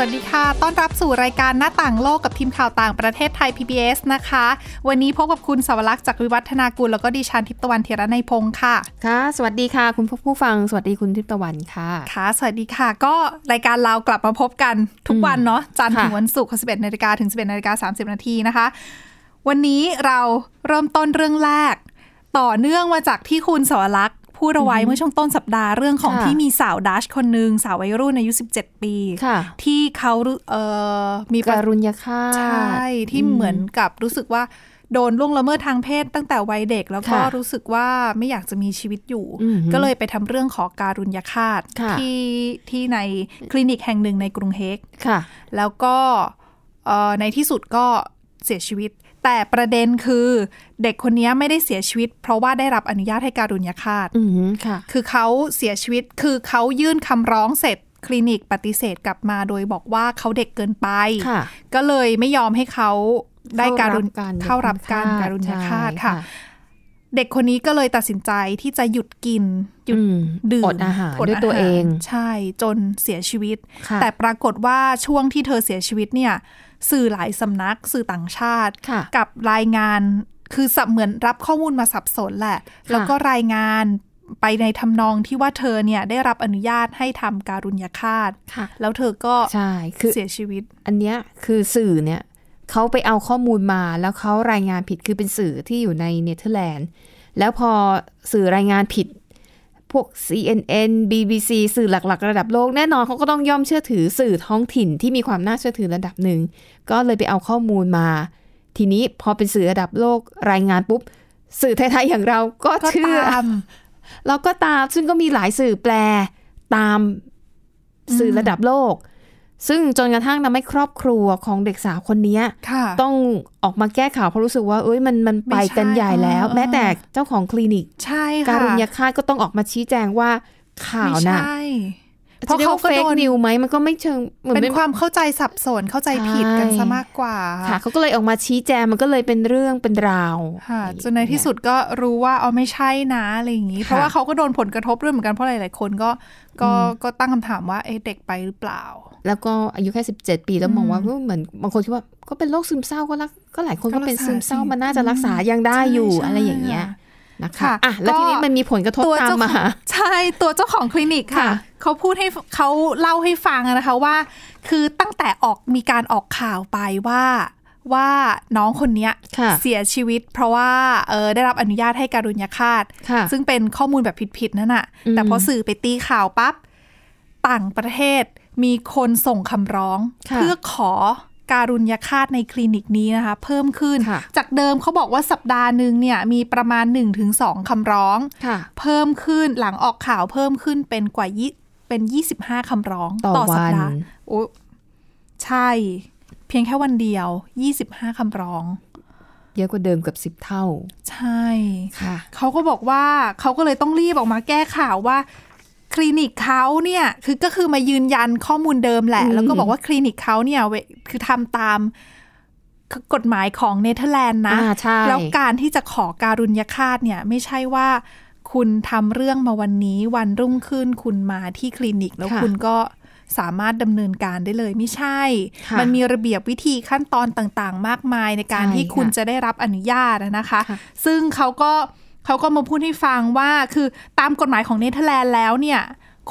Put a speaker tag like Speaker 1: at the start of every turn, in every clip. Speaker 1: สวัสดีค่ะ ต้อนรับสู่รายการหน้าต่างโลกกับทีมข่าวต่างประเทศไทย PBS นะคะ วันนี้พบกับคุณสวรักษ์จากวิวัฒนากุลแล้วก็ดิฉันทิพย์ตะวันเทระในยพงค์ค่ะ
Speaker 2: ค่ะ สวัสดีค่ะ คุณผู้ฟัง สวัสดีคุณทิพย์ตะวันค่ะ
Speaker 1: ค่ะ สวัสดีค่ะ ก็รายการเรากลับมาพบกันทุกวันเนาะ จันทร์
Speaker 2: ค่ะ
Speaker 1: ถึงวันศุกร์11นาฬิกาถึง 11นาฬิกา30 นาทีนะคะ วันนี้เราเริ่มต้นเรื่องแรก ต่อเนื่องมาจากที่คุณสวรักษ์พูดเอาไว้เมื่อช่วงต้นสัปดาห์เรื่องของที่มีสาวดัชคนหนึ่งสาววัยรุ่นอายุ 17 ปี
Speaker 2: ค่ะ
Speaker 1: ที่เขารู้เอ่อมีป
Speaker 2: ก
Speaker 1: ระ
Speaker 2: รุณยาค่าต
Speaker 1: ใช่ ที่เหมือนกับรู้สึกว่าโดนล่วงละเมิดทางเพศตั้งแต่วัยเด็ก แล้วก็
Speaker 2: ค่ะ
Speaker 1: รู้สึกว่าไม่อยากจะมีชีวิตอยู่
Speaker 2: อือหือ
Speaker 1: ก็เลยไปทำเรื่องขอการุญยฆาต
Speaker 2: ค่ะ
Speaker 1: ที่ที่ในคลินิกแห่งหนึ่งในกรุงเฮก
Speaker 2: ค่ะ
Speaker 1: แล้วก็เอ่อในที่สุดก็เสียชีวิต แต่ประเด็นคือเด็กคนนี้ไม่ได้เสียชีวิต เพราะว่าได้รับอนุญาตให้การุญยฆาต
Speaker 2: อืมค่ะ
Speaker 1: คือเขาเสียชีวิต คือเขายื่นคำร้องเสร็จ คลินิกปฏิเสธกลับมา โดยบอกว่าเขาเด็กเกินไป
Speaker 2: ค่ะ
Speaker 1: ก็เลยไม่ยอมให้เขาได้การุณเข้ารับการ
Speaker 2: เข้
Speaker 1: การุณยฆาต
Speaker 2: ใช่
Speaker 1: ค่ะ เด็กคนนี้ก็เลยตัดสินใจที่จะหยุดกิน หยุด
Speaker 2: อืม
Speaker 1: ดื่ม
Speaker 2: อดอาหารด้วย
Speaker 1: ห
Speaker 2: ตัวเอง
Speaker 1: ใช่ จนเสียชีวิต
Speaker 2: ค่ะ
Speaker 1: แต่ปรากฏว่าช่วงที่เธอเสียชีวิตเนี่ย สื่อหลายสำนัก สื่อต่างชาติ
Speaker 2: ค่ะ
Speaker 1: กับรายงานคือสับเหมือนรับข้อมูลมาสับสนแหละ
Speaker 2: ะ
Speaker 1: แล้วก็รายงานไปในทำนองที่ว่าเธอเนี่ยได้รับอนุญาตให้ทำการุญยฆาต
Speaker 2: ค่ะ
Speaker 1: แล้วเธอก็
Speaker 2: ใช่ คือ
Speaker 1: เสียชีวิต
Speaker 2: อันเนี้ยคือสื่อเนี่ยเขาไปเอาข้อมูลมาแล้วเขารายงานผิดคือเป็นสื่อที่อยู่ในเนเธอร์แลนด์ แล้วพอสื่อรายงานผิด พวก CNN BBC สื่อหลัก ๆ ระดับโลกแน่นอนเขาก็ต้องย่อมเชื่อถือสื่อท้องถิ่นที่มีความน่าเชื่อถือระดับหนึ่ง ก็เลยไปเอาข้อมูลมา ทีนี้พอเป็นสื่อระดับโลกรายงานปุ๊บ สื่อไทยๆอย่างเราก็
Speaker 1: ก็
Speaker 2: เชื่อ
Speaker 1: ตาม
Speaker 2: แล้วก็ตามซึ่งก็มีหลายสื่อแปลตามสื่อระดับโลก ซึ่งจนกระทั่งทำให้ครอบครัวของเด็กสาวคนเนี้ย
Speaker 1: ค่ะ
Speaker 2: ต้องออกมาแก้ข่าวเพราะรู้สึกว่า เอ้ยมันมัน
Speaker 1: ไม่
Speaker 2: ไป
Speaker 1: ใช่
Speaker 2: กันใหญ่แล้ว
Speaker 1: เออ
Speaker 2: แม้แต่เจ้าของคลินิก
Speaker 1: ใช่ค่ะ
Speaker 2: การุญยฆาตก็ต้องออกมาชี้แจงว่าข่าว
Speaker 1: ไม่
Speaker 2: น่ะ
Speaker 1: ใช่เพ
Speaker 2: จะ
Speaker 1: ราะ
Speaker 2: เรียก
Speaker 1: เขา
Speaker 2: ว่า
Speaker 1: ก็
Speaker 2: เฟ
Speaker 1: โด
Speaker 2: ก
Speaker 1: น
Speaker 2: นิวไหมมันก็ไม่เชิงหมือ
Speaker 1: เป็น
Speaker 2: น
Speaker 1: ความเข้าใจสับสนเข้าใจผิดกัน
Speaker 2: ใช่
Speaker 1: ซะมากกว่า
Speaker 2: ค่ะเขาก็เลยออกมาชี้แจงมันก็เลยเป็นเรื่องเป็นราว
Speaker 1: ค่ะจนในที่สุดก็รู้ว่าเอาไม่ใช่นะอะไรอย่างนี้
Speaker 2: ค่ะ
Speaker 1: เพราะว่าเขาก็โดนผลกระทบด้วยเหมือนกันเพราะหลายๆคนก็ก็ก็ตั้งคำถามว่าเอ๊ะเด็กไปหรือเปล่า
Speaker 2: แล้วก็อายุแค่ 17 ปีแล้วมองว่าเฮ้ยเหมือนบางคนคิดว่าก็เป็นโรคซึมเศร้าก็รักก็หลายคน
Speaker 1: ก็
Speaker 2: ก็
Speaker 1: รักษา
Speaker 2: เป็นซึมเศร้า
Speaker 1: สิ
Speaker 2: มันน่าจะรักษายังได้
Speaker 1: ใช่
Speaker 2: อยู่
Speaker 1: ใช่
Speaker 2: อะไรอย่างเงี้ยนะคะ
Speaker 1: ค่ะ
Speaker 2: อ่ะแล้ว
Speaker 1: ก็
Speaker 2: ทีนี้มันมีผลกระทบตาม
Speaker 1: เจ้า
Speaker 2: มา
Speaker 1: ของใช่ตัวเจ้าของคลินิกค่ะ
Speaker 2: ค่ะ
Speaker 1: เขาพูดให้เขาเล่าให้ฟังนะคะว่า คือตั้งแต่ออกมีการออกข่าวไปว่าว่าน้องคนเนี้ย
Speaker 2: ค่ะ
Speaker 1: เสียชีวิต เพราะว่าเออได้รับอนุญาตให้การุญยฆาต
Speaker 2: ค่ะ
Speaker 1: ซึ่งเป็นข้อมูลแบบผิดๆนั่นน่ะ
Speaker 2: อืม
Speaker 1: แต่พอสื่อไปตีข่าวปั๊บ ต่างประเทศมีคนส่งคำร้อง
Speaker 2: ค่ะ
Speaker 1: เพื่อขอการุญยฆาตในคลินิกนี้นะคะ เพิ่มขึ้น
Speaker 2: ค่ะ
Speaker 1: จากเดิมเขาบอกว่าสัปดาห์หนึ่งเนี่ย มีประมาณ 1-2คำร้อง
Speaker 2: ค่ะ
Speaker 1: เพิ่มขึ้นหลังออกข่าวเพิ่มขึ้นเป็นกว่ายี่เป็น 25คำร้อง
Speaker 2: ต่อ
Speaker 1: สัปดาห์
Speaker 2: วัน
Speaker 1: โอ้ใช่ เพียงแค่วันเดียว 25คำร้อง
Speaker 2: เยอะกว่าเดิมเกือบสิบเท่า
Speaker 1: ใช่
Speaker 2: ค่ะ
Speaker 1: เขาก็บอกว่าเขาก็เลยต้องรีบออกมาแก้ข่าวว่า คลินิกเขาเนี่ยคือก็คือมายืนยันข้อมูลเดิมแหละ
Speaker 2: อืม
Speaker 1: แล้วก็บอกว่าคลินิกเขาเนี่ยเวคือทำตามกฎหมายของเนเธอร์แลนด์นะ
Speaker 2: อ่าใช่
Speaker 1: แล้วการที่จะขอการุญยฆาตเนี่ย ไม่ใช่ว่าคุณทำเรื่องมาวันนี้วันรุ่งขึ้นคุณมาที่คลินิก แล้ว
Speaker 2: ค่ะ
Speaker 1: คุณก็สามารถดำเนินการได้เลยไม่ใช่
Speaker 2: ค่ะ
Speaker 1: มันมีระเบียบวิธีขั้นตอนต่างๆ มากมายในการ
Speaker 2: ใช่
Speaker 1: ที่คุณ
Speaker 2: ค่ะ
Speaker 1: จะได้รับอนุญาตนะคะ
Speaker 2: ค่ะ
Speaker 1: ซึ่งเขาก็เขาก็มาพูดให้ฟังว่าคือตามกฎหมายของเนเธอร์แลนด์แล้วเนี่ย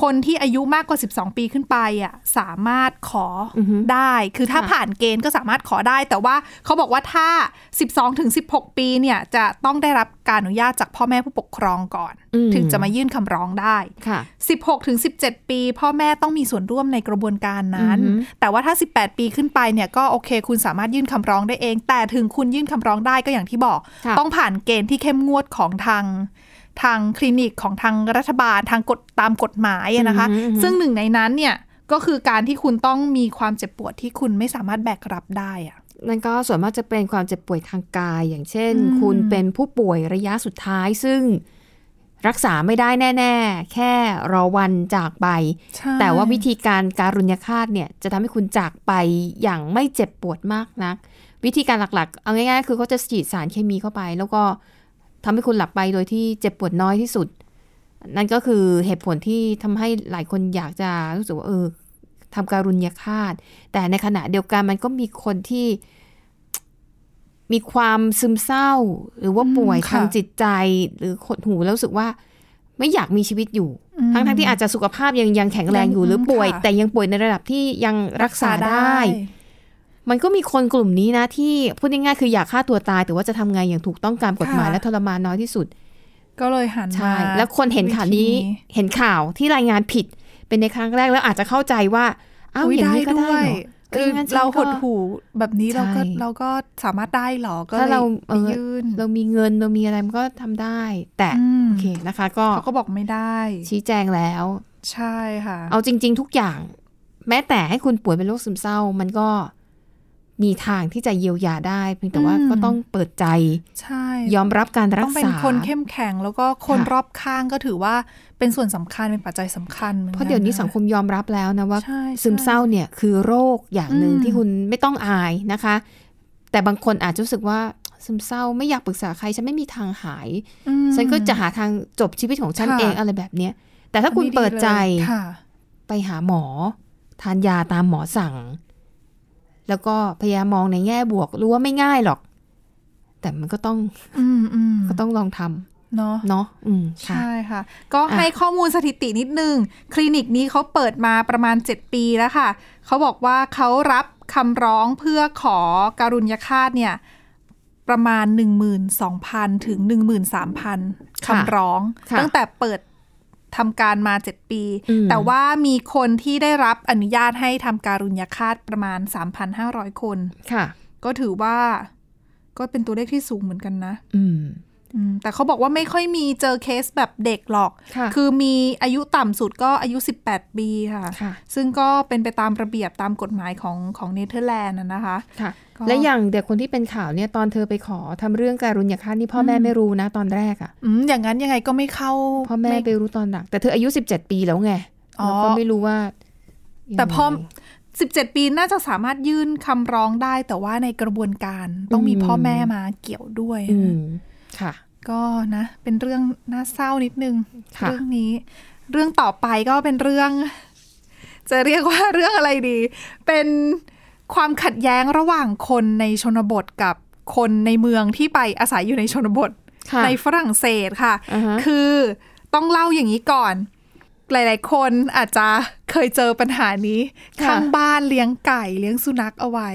Speaker 1: คนที่อายุมากกว่า 12 ปีขึ้นไปอ่ะสามารถขออได้ คือถ้า
Speaker 2: ค่ะ
Speaker 1: ผ่านเกณฑ์ก็สามารถขอได้ แต่ว่าเขาบอกว่าถ้า 12ถึง16 ปีเนี่ยจะต้องได้รับการอนุญาตจากพ่อแม่ผู้ปกครองก่อน ถึงจะมายื่นคำร้องได้
Speaker 2: ค่ะ
Speaker 1: 16ถึง17 ปี พ่อแม่ต้องมีส่วนร่วมในกระบวนการนั้น แต่ว่าถ้า 18 ปีขึ้นไปเนี่ยก็โอเค คุณสามารถยื่นคำร้องได้เอง แต่ถึงคุณยื่นคำร้องได้ก็อย่างที่บอก
Speaker 2: ค่ะ
Speaker 1: ต้องผ่านเกณฑ์ที่เข้มงวดของทางทางคลินิกของทางรัฐบาลทางกฎตามกฎหมายอะนะคะ
Speaker 2: อือหืออือหือ
Speaker 1: ซึ่งหนึ่งในนั้นเนี่ยก็คือการที่คุณต้องมีความเจ็บปวดที่คุณไม่สามารถแบกรับได้อะ
Speaker 2: นั่นก็ส่วนมากจะเป็นความเจ็บป่วยทางกาย อย่างเช่น
Speaker 1: อืม
Speaker 2: คุณเป็นผู้ป่วยระยะสุดท้ายซึ่ง รักษาไม่ได้แน่ ๆ แค่รอวันจากไป
Speaker 1: ใช่
Speaker 2: แต่ว่าวิธีการการุญยฆาตเนี่ยจะทำให้คุณจากไปอย่างไม่เจ็บปวดมากนัก วิธีการหลักๆ เอาง่ายๆ คือเขาจะฉีดสารเคมีเข้าไป แล้วก็ทำให้คุณหลับไปโดยที่เจ็บปวดน้อยที่สุด นั่นก็คือเหตุผลที่ทำให้หลายคนอยากจะรู้สึกว่าเออทำการุญยฆาต แต่ในขณะเดียวกันมันก็มีคนที่ มีความซึมเศร้า หรือว่าป่วยทางจิตใจ หรือหดหูแล้วรู้สึกว่า ไม่อยากมีชีวิตอยู่
Speaker 1: อืม
Speaker 2: ทั้งทั้งๆที่อาจจะสุขภาพยังยังแข็งแรงอยู่หรือป่วย
Speaker 1: ค่ะ
Speaker 2: แต่ยังป่วยในระดับที่ยังรักษาได้ มันก็มีคนกลุ่มนี้นะที่พูดง่ายๆคืออยากฆ่าตัวตาย แต่ว่าจะทำไงอย่างถูกต้องตามกฎหมาย
Speaker 1: ค่ะ
Speaker 2: และทรมานน้อยที่สุด
Speaker 1: ก็เลยหันมา
Speaker 2: ใช่ แล้วคนเห็นข่าวนี้
Speaker 1: วิธี
Speaker 2: เห็นข่าวที่รายงานผิด เป็นในครั้งแรกแล้วอาจจะเข้าใจว่าอ้าว
Speaker 1: อุ๊ย
Speaker 2: อย่างนี้ก็ได้
Speaker 1: ด้วย
Speaker 2: เหรอเอ
Speaker 1: คือ อ
Speaker 2: งั้นฉัน
Speaker 1: เราหด
Speaker 2: ก็
Speaker 1: หูแบบนี้เราก็
Speaker 2: ใช่
Speaker 1: เราก็สามารถได้เหรอ ก็
Speaker 2: ถ้าเรา
Speaker 1: ลย
Speaker 2: เออ
Speaker 1: ไปยื่น
Speaker 2: เรามีเงินเรามีอะไรมันก็ทำได้ แต่
Speaker 1: อืม
Speaker 2: โอเคนะคะ ก็
Speaker 1: เขาก็บอกไม่ได้
Speaker 2: ชี้แจงแล้ว
Speaker 1: ใช่ค่ะ
Speaker 2: เอาจริง ๆ ทุกอย่าง แม้แต่ให้คุณป่วยเป็นโรคซึมเศร้า มันก็มีทางที่จะเยียวยาได้เพียงแต่ว่าก็ต้องเปิดใจ
Speaker 1: ใช่
Speaker 2: ยอมรับการรั
Speaker 1: ต้
Speaker 2: ก
Speaker 1: องเป็น
Speaker 2: ษา
Speaker 1: คนเข้มแข็งแล้วก็คน
Speaker 2: ค่ะ
Speaker 1: รอบข้างก็ถือว่าเป็นส่วนสำคัญเป็นปัจจัยสำคัญหมือ
Speaker 2: เพ
Speaker 1: กั
Speaker 2: ราะเดี๋ยวนี้สังคมยอมรับแล้วนะว่า
Speaker 1: ใช่
Speaker 2: ซึมเศร้า
Speaker 1: ใช่
Speaker 2: เนี่ยคือโรคอย่างหนึ่ง
Speaker 1: อืม
Speaker 2: ที่คุณไม่ต้องอายนะคะ แต่บางคนอาจจะรู้สึกว่าซึมเศร้าไม่อยากปรึกษาใครฉันไม่มีทางหาย
Speaker 1: อืม
Speaker 2: ฉันก็จะหาทางจบชีวิตของฉัน
Speaker 1: ค่ะ
Speaker 2: เองอะไรแบบเนี้ยแต่ถ้าคุณ
Speaker 1: อันนี้
Speaker 2: เปิดใจ
Speaker 1: ลยค่ะ
Speaker 2: ไปหาหมอ ทานยาตามหมอสั่ง แล้วก็พยายามมองในแง่บวกรู้ว่าไม่ง่ายหรอก แต่มันก็ต้อง
Speaker 1: อืมอืม
Speaker 2: ก็ต้องลองท
Speaker 1: เนาะ
Speaker 2: ำเนาะอืมค่ะ
Speaker 1: ใช่ค่ะ ก็
Speaker 2: อ่ะ
Speaker 1: ให้ข้อมูลสถิตินิดนึง คลินิกนี้เขาเปิดมาประมาณ 7 ปีแล้วค่ะ เขาบอกว่าเขารับคำร้องเพื่อขอการุญยฆาตเนี่ย ประมาณ 12,000 ถึง 13,000คำร้อง
Speaker 2: ค่ะ
Speaker 1: ตั้งแต่เปิดทำการมา 7 ปี
Speaker 2: อืม
Speaker 1: แต่ว่ามีคนที่ได้รับอนุญาตให้ทำการุญยฆาตประมาณ 3,500 คน
Speaker 2: ค่ะ
Speaker 1: ก็ถือว่าก็เป็นตัวเลขที่สูงเหมือนกันนะ
Speaker 2: อืม
Speaker 1: อืมแต่เขาบอกว่าไม่ค่อยมีเจอเคสแบบเด็กหรอก
Speaker 2: ค่ะ
Speaker 1: คือมีอายุต่ำสุดก็อายุ 18 ปีค่ะ
Speaker 2: ค่ะ
Speaker 1: ซึ่งก็เป็นไปตามระเบียบตามกฎหมายของของเนเธอร์แลนด์น่ะนะคะ
Speaker 2: ค่ะ
Speaker 1: ก็
Speaker 2: และอย่างเด็กคนที่เป็นข่าวเนี่ยตอนเธอไปขอทำเรื่องการุญยฆาตนี่พ่อแม่
Speaker 1: อืม
Speaker 2: ไม่รู้นะตอนแรกอะ
Speaker 1: อืมอย่างนั้นยังไงก็ไม่เข้า
Speaker 2: พ่อแม่
Speaker 1: ไ
Speaker 2: ไปรู้ตอนหลังแต่เธออายุ 17 ปีแล้วไง
Speaker 1: อ๋อ
Speaker 2: เราก็ไม่รู้ว่า
Speaker 1: แต่พ่อ
Speaker 2: ยังไง
Speaker 1: 17 ปีน่าจะสามารถยื่นคำร้องได้ แต่ว่าในกระบวนการต้องมี
Speaker 2: อืม
Speaker 1: พ่อแม่มาเกี่ยวด้วย
Speaker 2: อืมค่ะ
Speaker 1: ก็นะ เป็นเรื่องน่าเศร้านิดนึง
Speaker 2: ค่ะ
Speaker 1: เรื่องนี้ เรื่องต่อไปก็เป็นเรื่อง จะเรียกว่าเรื่องอะไรดี เป็นความขัดแย้งระหว่างคนในชนบทกับคนในเมืองที่ไปอาศัยอยู่ในชนบท
Speaker 2: ค่ะ
Speaker 1: ในฝรั่งเศสค่ะ
Speaker 2: อ่าฮะ
Speaker 1: คือต้องเล่าอย่างนี้ก่อน หลายๆ คนอาจจะเคยเจอปัญหานี้
Speaker 2: ค่ะ
Speaker 1: ข้างบ้านเลี้ยงไก่เลี้ยงสุนัขเอาไว้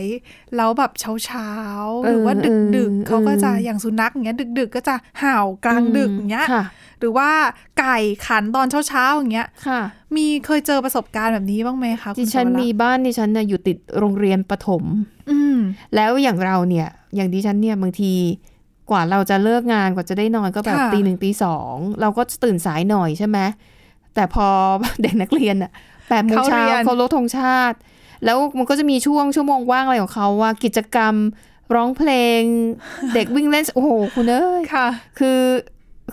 Speaker 1: แล้วแบบเช้าๆ หรือว่า
Speaker 2: เออ
Speaker 1: ดึกๆ
Speaker 2: เออ
Speaker 1: เขาก็จะอย่างสุนัขอย่างเงี้ยดึก ๆ ก็จะเห่ากลางดึกอย่างเงี้ย
Speaker 2: ค่ะ
Speaker 1: หรือว่าไก่ขันตอนเช้าๆอย่างเงี้ย
Speaker 2: ค่ะ
Speaker 1: มีเคยเจอประสบการณ์แบบนี้บ้างไหมคะ
Speaker 2: ดิ
Speaker 1: คุณ
Speaker 2: ฉัน
Speaker 1: สวรักษ์
Speaker 2: มีบ้านดิฉันน่ะอยู่ติดโรงเรียนประถม
Speaker 1: อืม
Speaker 2: แล้วอย่างเราเนี่ย อย่างดิฉันเนี่ยบางทีกว่าเราจะเลิกงานกว่าจะได้นอนก็แบบ
Speaker 1: ค่ะ
Speaker 2: ตีหนึ่งตีสองเราก็จะตื่นสายหน่อยใช่ไหมแต่พอ เด็กนักเรียนอะแปดโมงเช้าเขาลดธงชาติ แล้วมันก็จะมีช่วงชั่วโมงว่างอะไรของเขาว่ากิจกรรมร้องเพลง เด็กวิ่งเล่นโอ้โหคุณเอ้ย
Speaker 1: ค่ะ
Speaker 2: คือ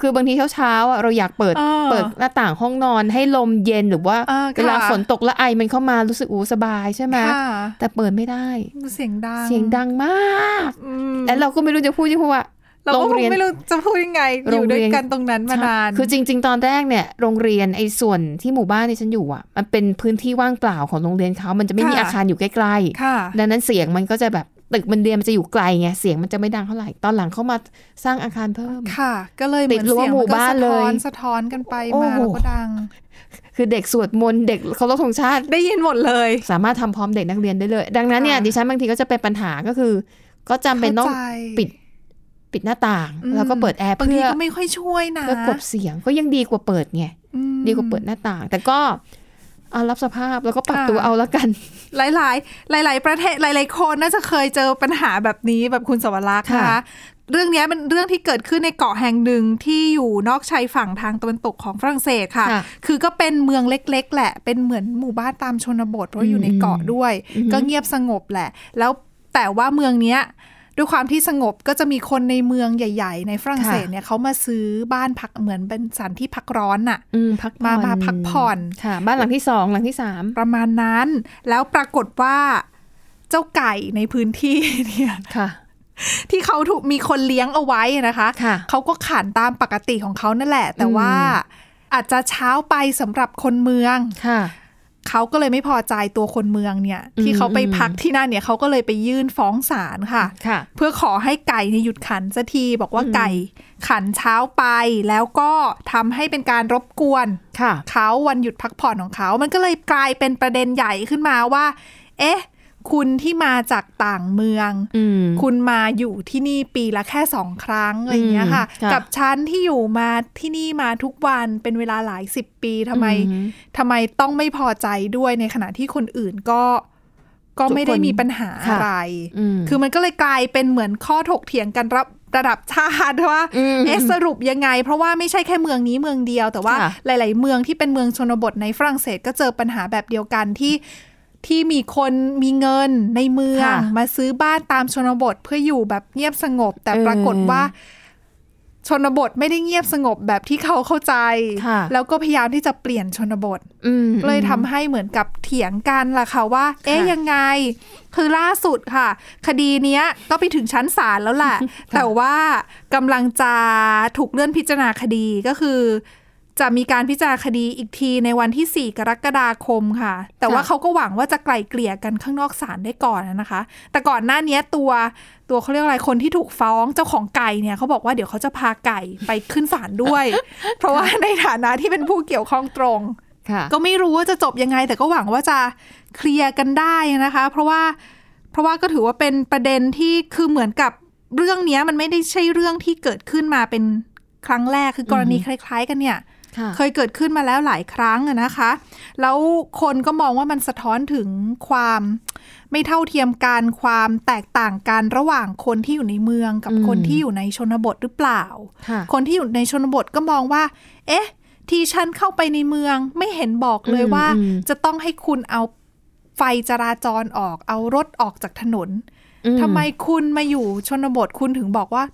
Speaker 2: คือบางทีเช้าๆอ่ะเราอยากเปิด
Speaker 1: อ่า
Speaker 2: เปิดหน้าต่างห้องนอนให้ลมเย็นหรือว่า
Speaker 1: อ่าค่ะ
Speaker 2: เวลาฝนตกและไอมันเข้ามารู้สึกอู้สบายใช่ไหม
Speaker 1: ค่ะ
Speaker 2: แต่เปิดไม่ได้
Speaker 1: เสียงดัง
Speaker 2: เสียงดังมาก
Speaker 1: อืม
Speaker 2: และเราก็ไม่รู้จะพูดยังไงเพราะว่า
Speaker 1: เราก็
Speaker 2: โรง
Speaker 1: คง
Speaker 2: เรียน
Speaker 1: ไม่รู้จะพูดยังไง อ
Speaker 2: โรง
Speaker 1: ยู่
Speaker 2: เรียน
Speaker 1: ด้วยกันตรงนั้นมานาน
Speaker 2: คือจริง ๆ ตอนแรกเนี่ย โรงเรียนไอ้ส่วนที่หมู่บ้านที่ฉันอยู่อ่ะ มันเป็นพื้นที่ว่างเปล่าของโรงเรียนเขามันจะไม่มี
Speaker 1: ค่ะ
Speaker 2: อาคารอยู่ใกล้ๆ
Speaker 1: ค่ะ
Speaker 2: ดังนั้นเสียงมันก็จะแบบตึกมันเรียนมันจะอยู่ไกลไงเสียงมันจะไม่ดังเท่าไหร่ตอนหลังเขามาสร้างอาคารเพิ่ม
Speaker 1: ค่ะ ก็เลยเหมือน
Speaker 2: ติดรั้ว
Speaker 1: เสียง
Speaker 2: หมู่
Speaker 1: มันก็
Speaker 2: บ้าน
Speaker 1: สะท้อน
Speaker 2: เลย
Speaker 1: สะท้อนกันไป
Speaker 2: โอ้
Speaker 1: มา
Speaker 2: โห
Speaker 1: แล้วก็ดัง
Speaker 2: คือเด็กสวดมนต์เด็กเคารพธงชาติ
Speaker 1: ได้ยินหมดเลย
Speaker 2: สามารถทำพร้อมเด็กนักเรียนได้เลย ดังนั้นเนี่ย
Speaker 1: ค่ะ
Speaker 2: ดิฉันบางทีก็จะเป็นปัญหาก็คือ ก็จำเป็นต้อง
Speaker 1: ข้าใจ
Speaker 2: ปิดปิดหน้าต่าง
Speaker 1: อืม
Speaker 2: แล้วก็เปิดแอร์
Speaker 1: บาง
Speaker 2: เพื่
Speaker 1: ที
Speaker 2: อ
Speaker 1: ก็ไม่ค่อยช่วยนะ
Speaker 2: เพื่อกบเสียงก็ยังดีกว่าเปิดไง
Speaker 1: อืม
Speaker 2: ดีกว่าเปิดหน้าต่าง แต่ก็เอารับสภาพแล้วก็ปรับ
Speaker 1: ค่ะ
Speaker 2: ตัวเอาละกัน
Speaker 1: หลายหลายหลาย ๆ ประเทศหลาย ๆ คนน่าจะเคยเจอปัญหาแบบนี้แบบคุณสวรักษ์นะ
Speaker 2: ค่ะ
Speaker 1: คะ เรื่องเนี้ยเป็นเรื่องที่เกิดขึ้นในเกาะแห่งหนึ่งที่อยู่นอกชายฝั่งทางตะวันตกของฝรั่งเศสค่ะ
Speaker 2: ค่ะ
Speaker 1: คือก็เป็นเมืองเล็ก ๆ แหละ เป็นเหมือนหมู่บ้านตามชนบทเพราะอยู่ในเกาะด้วย
Speaker 2: อืม
Speaker 1: ก็เงียบสงบแหละ แล้วแต่ว่าเมืองเนี้ย ด้วยความที่สงบก็จะมีคนในเมืองใหญ่ ๆ ในฝรั่งเศสเนี่ยเขามาซื้อบ้านพักเหมือนเป็นสถานที่พักร้อนน่ะ
Speaker 2: อืมพัก
Speaker 1: มา
Speaker 2: ผ่อน
Speaker 1: มาพักผ่อน
Speaker 2: ค่ะ บ้านหลังที่สองหลังที่สาม
Speaker 1: ประมาณนั้น แล้วปรากฏว่าเจ้าไก่ในพื้นที่เนี่ย
Speaker 2: ค่ะ
Speaker 1: ที่เขาถูกมีคนเลี้ยงเอาไว้นะคะ
Speaker 2: ค่ะ
Speaker 1: เขาก็ขันตามปกติของเขานั่นแหละ แต่ว่า อาจจะเช้าไปสำหรับคนเมือง
Speaker 2: ค่ะ
Speaker 1: เขาก็เลยไม่พอใจตัวคนเมืองเนี่ย
Speaker 2: อืม
Speaker 1: ที่เขาไปพักที่นั่นเนี่ยเขาก็เลยไปยื่นฟ้องศาลค่ะ
Speaker 2: ค่ะ
Speaker 1: เพื่อขอให้ไก่เนี่ยหยุดขันสักทีบอกว่า
Speaker 2: อืม
Speaker 1: ไก่ขันเช้าไป แล้วก็ทำให้เป็นการรบกวน
Speaker 2: ค่ะ
Speaker 1: เขาวันหยุดพักผ่อนของเขา มันก็เลยกลายเป็นประเด็นใหญ่ขึ้นมาว่า เอ๊ะ คุณที่มาจากต่างเมือง
Speaker 2: อืม
Speaker 1: คุณมาอยู่ที่นี่ปีละแค่สองครั้งอะไรอย่างเงี้ยค่ะ
Speaker 2: อืมค่ะ
Speaker 1: กับฉันที่อยู่มาที่นี่มาทุกวันเป็นเวลาหลายสิบปีทำไม
Speaker 2: อื
Speaker 1: ทำไมต้องไม่พอใจด้วยในขณะที่คนอื่นก็ก็ไม่ได้มีปัญหา
Speaker 2: ค่ะ
Speaker 1: อะไร
Speaker 2: อืม
Speaker 1: คือมันก็เลยกลายเป็นเหมือนข้อถกเถียงกันระระดับชาติว่า
Speaker 2: อืม
Speaker 1: เอะสรุปยังไง เพราะว่าไม่ใช่แค่เมืองนี้เมืองเดียว แต่ว่า
Speaker 2: ค่ะ
Speaker 1: หลาย ๆ เมืองที่เป็นเมืองชนบทในฝรั่งเศสก็เจอปัญหาแบบเดียวกันที่ที่มีคนมีเงินในเมือง มาซื้อบ้านตามชนบทเพื่ออยู่แบบเงียบสงบ แต่ปรากฏว่า ชนบทไม่ได้เงียบสงบแบบที่เขาเข้าใจ
Speaker 2: ค่ะ
Speaker 1: แล้วก็พยายามที่จะเปลี่ยนชนบท
Speaker 2: อืม
Speaker 1: ก็เลยทำให้เหมือนกับเถียงกันล่ะค่ะว่า เอ๊ะ
Speaker 2: ค่ะ
Speaker 1: ยังไง คือล่าสุดค่ะ คดีเนี้ยก็ไปถึงชั้นศาลแล้ว แหละ แต่ว่ากำลังจะถูกเลื่อนพิจารณาคดีก็คือ จะมีการพิจารณาคดีอีกทีในวันที่ 4 กรกฎาคมค่ะ แต่ว่าเขาก็หวังว่าจะไกล่เกลี่ยกันข้างนอกศาลได้ก่อนนะคะ แต่ก่อนหน้าเนี้ยตัวตัวเขาเรียกอะไรคนที่ถูกฟ้องเจ้าของไก่เนี่ยเขาบอกว่าเดี๋ยวเขาจะพาไก่ไปขึ้นศาล ด้วย เพราะว่าในฐานะที่เป็นผู้เกี่ยวข้องตรง
Speaker 2: ค่ะ
Speaker 1: ก็ไม่รู้ว่าจะจบยังไง แต่ก็หวังว่าจะเคลียร์กันได้นะคะ เพราะว่าเพราะว่าก็ถือว่าเป็นประเด็นที่คือเหมือนกับเรื่องเนี้ยมันไม่ได้ใช่เรื่องที่เกิดขึ้นมาเป็นครั้งแรกคือกรณีคล้ายๆ กันเนี่ย
Speaker 2: ค่ะ
Speaker 1: เคยเกิดขึ้นมาแล้วหลายครั้งอะนะคะ แล้วคนก็มองว่ามันสะท้อนถึงความไม่เท่าเทียมกันความแตกต่างกันระหว่างคนที่อยู่ในเมืองกับ
Speaker 2: อืม
Speaker 1: คนที่อยู่ในชนบทหรือเปล่า
Speaker 2: ค่ะ
Speaker 1: คนที่อยู่ในชนบทก็มองว่า เอ๊ะ ที่ฉันเข้าไปในเมืองไม่เห็นบอกเลย
Speaker 2: อืม
Speaker 1: ว่า
Speaker 2: อืม
Speaker 1: จะต้องให้คุณเอาไฟจราจรออก เอารถออกจากถนน
Speaker 2: อื
Speaker 1: ทำไมคุณมาอยู่ชนบทคุณถึงบอกว่า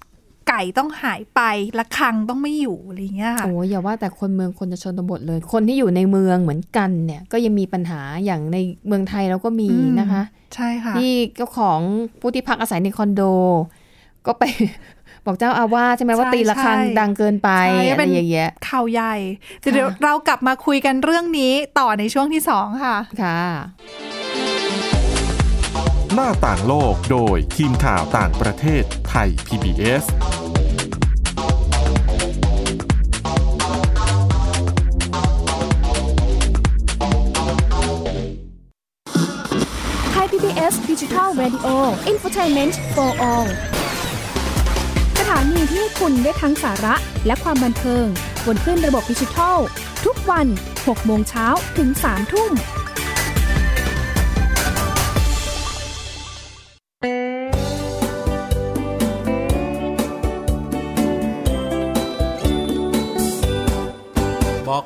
Speaker 1: ไก่ต้องหายไปละคังต้องไม่อยู่อะไรอย่างเงี้ยค่ะ
Speaker 2: โอ้ยอย่าว่าแต่คนเมืองคนจะชนบทเลย คนที่อยู่ในเมืองเหมือนกันเนี่ย ก็ยังมีปัญหาอย่างในเมืองไทยเราก็มีนะคะ
Speaker 1: อืมใช่ค่ะ
Speaker 2: ที่เจ้าของผู้ที่พักอาศัยในคอนโด ก็ไป บอกเจ้าอาวาสใช่ไหมว่า
Speaker 1: ใช่
Speaker 2: ตีระฆัง
Speaker 1: ใช่
Speaker 2: ดังเกินไป
Speaker 1: ใช่
Speaker 2: อะ
Speaker 1: เป็
Speaker 2: ไร
Speaker 1: น
Speaker 2: อย่างเงี้ย
Speaker 1: ข่าวใหญ่แต่เดี๋ยว
Speaker 2: ค่ะ
Speaker 1: เรากลับมาคุยกันเรื่องนี้ต่อในช่วงที่สองค่ะ
Speaker 2: ค่ะ
Speaker 3: หน้าต่างโลกโดยทีมข่าวต่างประเทศไทย PBS
Speaker 4: ไทย PBS ดิจิทัล Radio Infotainment for All สถานีที่ให้คุณได้ทั้งสาระและความบันเทิง บนขึ้นระบบดิจิทัล ทุกวัน 6 โมงเช้าถึง 3 ทุ่ม
Speaker 5: บอก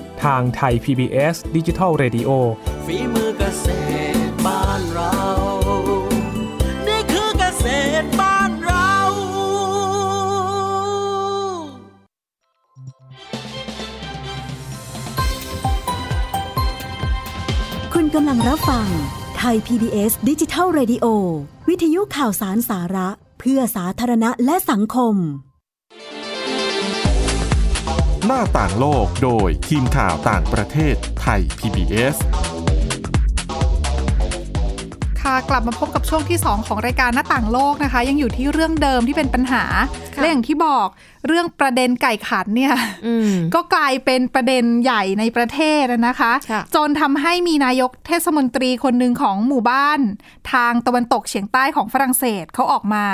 Speaker 6: ทางไทย PBS ดิจิทัล Radio
Speaker 5: ฝีมือเกษตรบ้านเรา นี่คือเกษตรบ้านเรา
Speaker 7: คุณกำลังรับฟังไทย PBS ดิจิทัล Radio วิทยุข่าวสารสาระ เพื่อสาธารณะและสังคม
Speaker 3: หน้าต่างโลกโดยทีมข่าวต่างประเทศไทย PBS
Speaker 1: ค่ะกลับมาพบกับช่วงที่ 2 ของรายการหน้าต่างโลกนะคะ ยังอยู่ที่เรื่องเดิมที่เป็นปัญหาและอย่างที่บอกเรื่องประเด็นไก่ขันเนี่ย
Speaker 2: อืม
Speaker 1: ก็กลายเป็นประเด็นใหญ่ในประเทศนะคะ
Speaker 2: ค่ะ
Speaker 1: จนทำให้มีนายกเทศมนตรีคนหนึ่งของหมู่บ้าน ทางตะวันตกเฉียงใต้ของฝรั่งเศสเขาออกมา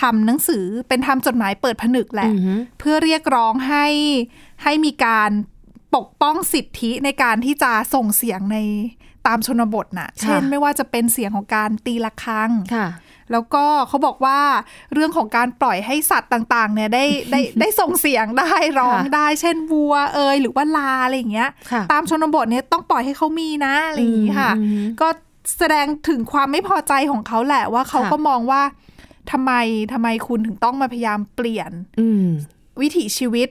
Speaker 1: ทำหนังสือเป็นทำจดหมายเปิดผนึกแหละ
Speaker 2: อือฮึ
Speaker 1: เพื่อเรียกร้องให้ให้มีการปกป้องสิทธิในการที่จะส่งเสียงในตามชนบทน่ะ เช่นไม่ว่าจะเป็นเสียงของการตีะระฆัง
Speaker 2: ค่ะ
Speaker 1: แล้วก็เขาบอกว่าเรื่องของการปล่อยให้สัตว์ต่างๆ เนี่ยได้ ได้ได้ส่งเสียงได้ร้อง
Speaker 2: ค่ะ
Speaker 1: ได้ เช่นวัวเอยหรือว่าลาอะไรอย่างเงี้ย
Speaker 2: ค่ะ
Speaker 1: ตามชนบทเนี่ยต้องปล่อยให้เขามีนะอะไรอย่างงี้ค่ะ
Speaker 2: อืมอืม
Speaker 1: ก็แสดงถึงความไม่พอใจของเขาแหละว่าเขา
Speaker 2: ค่ะ
Speaker 1: ก็มองว่าทำไมทำไมคุณถึงต้องมาพยายามเปลี่ยน
Speaker 2: อืม
Speaker 1: วิถีชีวิต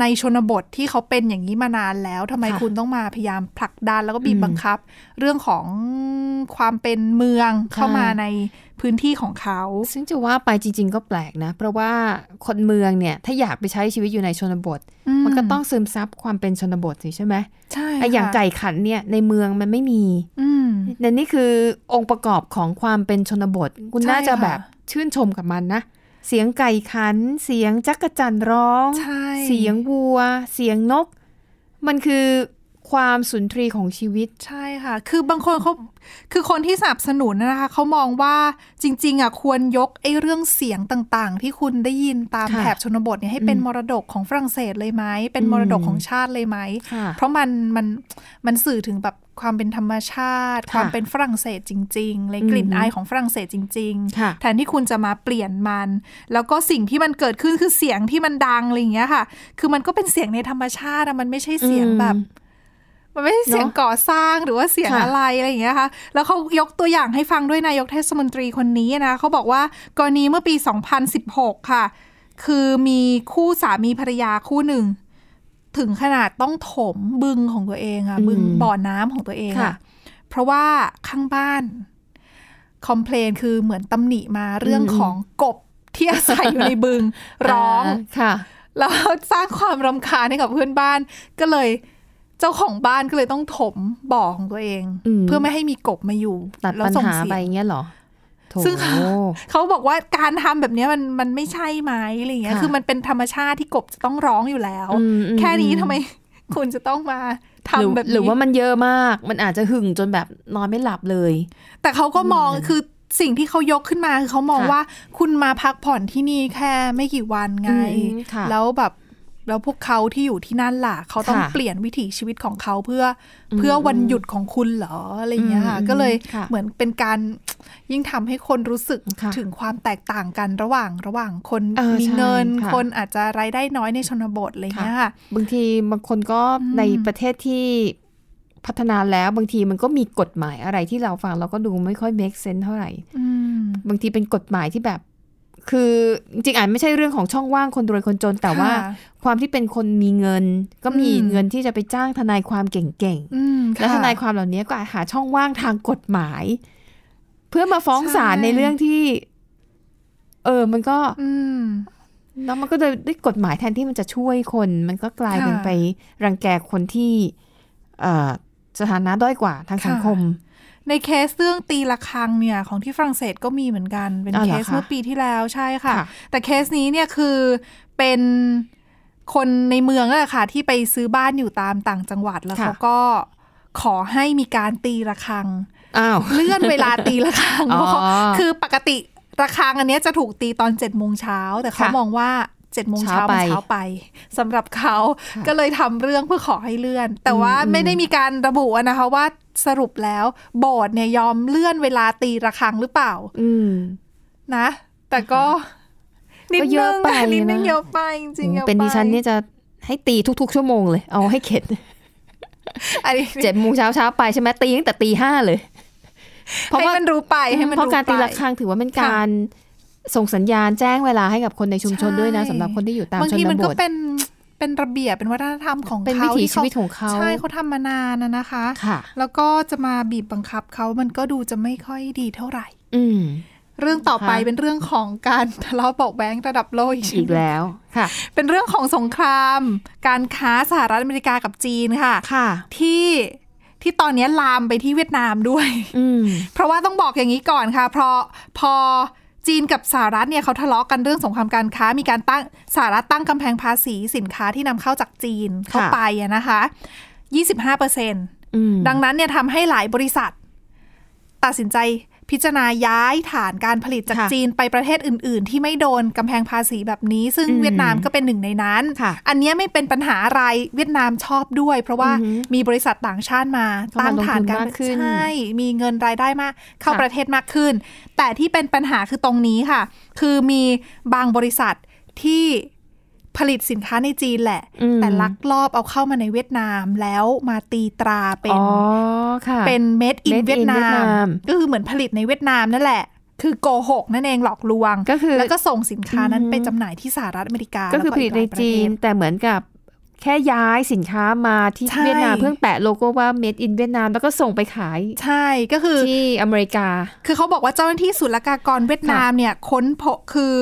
Speaker 1: ในชนบทที่เขาเป็นอย่างนี้มานานแล้วทำไม
Speaker 2: ค่ะ
Speaker 1: คุณต้องมาพยายามผลักดันแล้วก็บีบ
Speaker 2: อืม
Speaker 1: บังคับ เรื่องของความเป็นเมือง
Speaker 2: ค่ะ
Speaker 1: เข้ามาในพื้นที่ของเขา
Speaker 2: ซึ่งจะว่าไปจริง ๆ ก็แปลกนะ เพราะว่าคนเมืองเนี่ย ถ้าอยากไปใช้ชีวิตอยู่ในชนบท
Speaker 1: อืม
Speaker 2: มันก็ต้องซึมซับความเป็นชนบทสิใช่ไหม
Speaker 1: ใช่
Speaker 2: ไออย่าง
Speaker 1: ค่ะ
Speaker 2: ไก่ขันเนี่ยในเมืองมันไม่มี
Speaker 1: อืม
Speaker 2: นั่นนี่คือองค์ประกอบของความเป็นชนบท คุณ
Speaker 1: ใช่
Speaker 2: น่าจะ
Speaker 1: ค่ะ
Speaker 2: แบบชื่นชมกับมันนะ เสียงไก่ขัน เสียงจักจั่นร้อง
Speaker 1: ใช่
Speaker 2: เสียงวัว เสียงนก มันคือความสุนทรีของชีวิต
Speaker 1: ใช่ค่ะ คือบางคนเขาคือคนที่สนับสนุนนะคะเขามองว่าจริง ๆอ่ะควรยกไอ้เรื่องเสียงต่างๆ ที่คุณได้ยินตาม
Speaker 2: ค่ะ
Speaker 1: แถบชนบทเนี่ยให้เป็น
Speaker 2: อืม
Speaker 1: มรดกของฝรั่งเศสเลยไหมเป็นมรดก
Speaker 2: อืม
Speaker 1: ของชาติเลยไหม
Speaker 2: ค่ะ
Speaker 1: เพราะมันมันมันสื่อถึงแบบความเป็นธรรมชาติ
Speaker 2: ค่ะ
Speaker 1: ความเป็นฝรั่งเศสจริงๆเลยกลิ่น
Speaker 2: อืม
Speaker 1: อายของฝรั่งเศสจริง
Speaker 2: ค่ะ
Speaker 1: ๆ แทนที่คุณจะมาเปลี่ยนมัน แล้วก็สิ่งที่มันเกิดขึ้นคือเสียงที่มันดังอะไรอย่างเงี้ยค่ะ คือมันก็เป็นเสียงในธรรมชาติอะมันไม่ใช่เสียงแบบ มันไม่ใช่เสียง
Speaker 2: เนอะ
Speaker 1: ก่อสร้างหรือว่าเสียง
Speaker 2: ค่ะ
Speaker 1: อะไรอะไรอย่างเงี้ยค่ะ แล้วเขายกตัวอย่างให้ฟังด้วยนายกเทศมนตรีคนนี้นะเขาบอกว่ากรณีเมื่อปี 2016 ค่ะ คือมีคู่สามีภรรยาคู่หนึ่ง ถึงขนาดต้องถมบึงของตัวเองอะ
Speaker 2: อืม
Speaker 1: บึงบ่อน้ำของตัวเอง
Speaker 2: ค่ะ
Speaker 1: อะเพราะว่าข้างบ้านคอมเพลนคือเหมือนตำหนิมาเรื่อง
Speaker 2: อืม
Speaker 1: ของกบที่อาศัยอยู่ในบึงร้อง
Speaker 2: าค่ะ
Speaker 1: แล้วสร้างความรำคาญให้กับเพื่อนบ้านก็เลยเจ้าของบ้านก็เลยต้องถมบ่อของตัวเอง
Speaker 2: อืม
Speaker 1: เพื่อไม่ให้มีกบมาอยู่
Speaker 2: ตัด
Speaker 1: แล้ว
Speaker 2: ปัญ
Speaker 1: ส่ง
Speaker 2: หา
Speaker 1: เสี
Speaker 2: ไป
Speaker 1: ยง
Speaker 2: เงี้ยเหรอโถ
Speaker 1: ซึ่งเขา เขาบอกว่าการทำแบบเนี้ยมันมันไม่ใช่ไหมอะไรอย่างเงี้ย
Speaker 2: ค่ะ
Speaker 1: คือมันเป็นธรรมชาติที่กบจะต้องร้องอยู่แล้ว
Speaker 2: อืมอืม
Speaker 1: แค่นี้ทำไม คุณจะต้องมาทำ
Speaker 2: หรือ
Speaker 1: แบบนี้
Speaker 2: หรือว่ามันเยอะมาก มันอาจจะหึงจนแบบนอนไม่หลับเลย
Speaker 1: แต่เขาก็มองคือสิ่งที่เขายกขึ้นมาคือเขามอง
Speaker 2: ค่ะ
Speaker 1: ว่าคุณมาพักผ่อนที่นี่แค่ไม่กี่วันไง
Speaker 2: อืมค่ะ
Speaker 1: แล้วแบบแล้วพวกเขาที่อยู่ที่นั่นล่ะ เขาต้อง
Speaker 2: ค่ะ
Speaker 1: เปลี่ยนวิถีชีวิตของเขาเพื่ออเพื่อวันหยุดของคุณเหรออะไรอย่างเงี้ยค่ะ
Speaker 2: อืม
Speaker 1: ก็เลย
Speaker 2: ค่ะ
Speaker 1: เหมือนเป็นการยิ่งทำให้คนรู้สึก
Speaker 2: ค่ะ
Speaker 1: ถึงความแตกต่างกันระหว่างระหว่างคน
Speaker 2: เออ
Speaker 1: มี
Speaker 2: ใช่
Speaker 1: เงิน
Speaker 2: ค่ะ
Speaker 1: คนอาจจะรายได้น้อยในชนบทอะไรอย่างเงี้ยค่ะ
Speaker 2: บางทีบางคนก็ในประเทศที่พัฒนาแล้วบางทีมันก็มีกฎหมายอะไรที่เราฟังเราก็ดูไม่ค่อย make sense เท่าไหร่
Speaker 1: อืม
Speaker 2: บางทีเป็นกฎหมายที่แบบ คือจริงๆอาจไม่ใช่เรื่องของช่องว่างคนรวยคนจน แต่ว่า
Speaker 1: ค่ะ
Speaker 2: ความที่เป็นคนมีเงิน ก็มี
Speaker 1: อืม
Speaker 2: เงินที่จะไปจ้างทนายความเก่ง
Speaker 1: อืม
Speaker 2: ๆและท
Speaker 1: ค่ะ
Speaker 2: นายความเหล่านี้ก็หาช่องว่างทางกฎหมาย เพื่อมาฟ้อง
Speaker 1: ใช่
Speaker 2: ศาลในเรื่องที่ เออ มันก็
Speaker 1: อืม
Speaker 2: แล้วมันก็เลยด้วยกฎหมายแทนที่มันจะช่วยคน มันก็กลายเป็น
Speaker 1: ค่ะ
Speaker 2: ไปรังแกคนที่เอ่อสถานะด้อยกว่าทาง
Speaker 1: ค่ะ
Speaker 2: สังคม
Speaker 1: ในเคสเรื่องตีระฆังเนี่ยของที่ฝรั่งเศสก็มีเหมือนกัน เป็น
Speaker 2: อ้าว
Speaker 1: เค
Speaker 2: เหรอ
Speaker 1: ส
Speaker 2: คะ
Speaker 1: เมื่อปีที่แล้วใช่ค่ะ
Speaker 2: ค่ะ
Speaker 1: แต่เคสนี้เนี่ยคือเป็นคนในเมืองนั่นแหละค่ะที่ไปซื้อบ้านอยู่ตามต่างจังหวัดแล้ว
Speaker 2: ค่ะ
Speaker 1: เขาก็ขอให้มีการตีระฆัง
Speaker 2: อ้าว
Speaker 1: เลื่อนเวลาตีระฆัง
Speaker 2: อ๋อ
Speaker 1: เพราะเขาคือปกติระฆังอันเนี้ยจะถูกตีตอน7จ็ดโมงเช้าแต่เขา
Speaker 2: ค่ะ
Speaker 1: มองว่า7จ็ดโมงเช้า
Speaker 2: เช้าไป
Speaker 1: มันเช้าไปสำหรับเขา
Speaker 2: ค่ะ
Speaker 1: ก็เลยทำเรื่องเพื่อขอให้เลื่อน แต่ว่า
Speaker 2: อืม
Speaker 1: ไม่ได้มีการระบุอะนะคะว่าสรุปแล้วโบสถ์เนี่ยยอมเลื่อนเวลาตีระฆังหรือเปล่า
Speaker 2: ืม
Speaker 1: นะ แต่ก็นิด
Speaker 2: ก็เย
Speaker 1: นึ
Speaker 2: อะ
Speaker 1: ง
Speaker 2: ไป
Speaker 1: นิดนึง
Speaker 2: นะ
Speaker 1: เยอะไปจริงๆยอะ
Speaker 2: เป็นดิฉัน
Speaker 1: ไ
Speaker 2: เนี่ยจะให้ตีทุก ๆ ชั่วโมงเลย เอาให้เข็ด
Speaker 1: อันนี้
Speaker 2: เจ็ดโมงเช้าเช้าไปใช่ไหมตีตั้งแต่ตีห้าเลย เพราะ
Speaker 1: ให้
Speaker 2: ว่า
Speaker 1: มันรู้ไปให้มัน
Speaker 2: เพราะการตี
Speaker 1: ไป
Speaker 2: ระฆังถือว่าเป็นการส่งสัญญาณแจ้งเวลาให้กับคนในชุมชนด้วยนะ
Speaker 1: ใช่
Speaker 2: สำหรับคนที่อยู่ตาม
Speaker 1: บาง
Speaker 2: ช
Speaker 1: ที
Speaker 2: น
Speaker 1: มั
Speaker 2: บ
Speaker 1: ก็
Speaker 2: ท
Speaker 1: เป็นเป็นระเบียบเป็นวัฒนธรรมของ
Speaker 2: เป็น
Speaker 1: เขา
Speaker 2: วิถี
Speaker 1: ที่
Speaker 2: ชีวิตของเขา
Speaker 1: ใช่เขาทำมานานนะนะคะ
Speaker 2: ค่ะ
Speaker 1: แล้วก็จะมาบีบบังคับเขามันก็ดูจะไม่ค่อยดีเท่าไหร่
Speaker 2: อืม
Speaker 1: เรื่องต่อไป
Speaker 2: ค่ะ
Speaker 1: เป็นเรื่องของการทะเลาะเบาะแว้งระดับโลกอีก
Speaker 2: อีกแล้วค่ะ
Speaker 1: เป็นเรื่องของสงคราม การค้าสหรัฐอเมริกากับจีนค่ะ
Speaker 2: ค่ะ
Speaker 1: ที่ ที่ตอนนี้ลามไปที่เวียดนามด้วย
Speaker 2: อืม
Speaker 1: เพราะว่าต้องบอกอย่างนี้ก่อนค่ะ เพราะพอจีนกับสหรัฐเนี่ยเขาทะเลาะกันเรื่องสงครามการค้า มีการตั้งสหรัฐตั้งกำแพงภาษีสินค้าที่นำเข้าจากจีนเข้า
Speaker 2: ค่ะ
Speaker 1: ไปอะนะคะ 25เปอร์เซ็นต์
Speaker 2: อืม
Speaker 1: ดังนั้นเนี่ยทำให้หลายบริษัท ตัดสินใจพิจารณาย้ายฐานการผลิตจากจีนไปประเทศอื่น ๆ ที่ไม่โดนกำแพงภาษีแบบนี้ ซึ่งเวียดนามก็เป็นหนึ่งในนั้น
Speaker 2: ค่ะ
Speaker 1: อันเนี้ยไม่เป็นปัญหาอะไรเวียดนามชอบด้วย เพราะว่า
Speaker 2: อือหือ
Speaker 1: มีบริษัทต่างชาติมา
Speaker 2: เข้ามา
Speaker 1: ตั้งฐาน
Speaker 2: ลงทุน
Speaker 1: การ
Speaker 2: มากขึ้น
Speaker 1: ใช่มีเงินรายได้มาก เข้า
Speaker 2: ค่ะ
Speaker 1: ประเทศมากขึ้น แต่ที่เป็นปัญหาคือตรงนี้ค่ะ คือมีบางบริษัทที่ผลิตสินค้าในจีนแหละ
Speaker 2: อืม
Speaker 1: แต่ลักลอบเอาเข้ามาในเวียดนามแล้วมาตีตราเป็น
Speaker 2: อ๋อค่ะ
Speaker 1: เป็น made in
Speaker 2: Made in
Speaker 1: เวียดนา
Speaker 2: เวียดนาม ม
Speaker 1: ก็คือเหมือนผลิตในเวียดนามนั่นแหละ คือโกหกนั่นเองหลอกลวง
Speaker 2: ก็คือ
Speaker 1: แล้วก็ส่งสินค้านั้น
Speaker 2: อือฮึ
Speaker 1: ไปจำหน่ายที่สหรัฐอเมริกา
Speaker 2: ก็คือผลิตใน
Speaker 1: แล้วก็อีกหายประเทศ
Speaker 2: จีนแต่เหมือนกับแค่ย้ายสินค้ามาที่
Speaker 1: ใช่
Speaker 2: เวียดนามเพิ่งแปะโลโก้ว่า made in เวียดนามแล้วก็ส่งไปขาย
Speaker 1: ใช่ก็คือ
Speaker 2: ที่อเมริกา
Speaker 1: คือเขาบอกว่าเจ้าหน้าที่ศุลกากรเวียดนามเนี่ยค้นพบคือ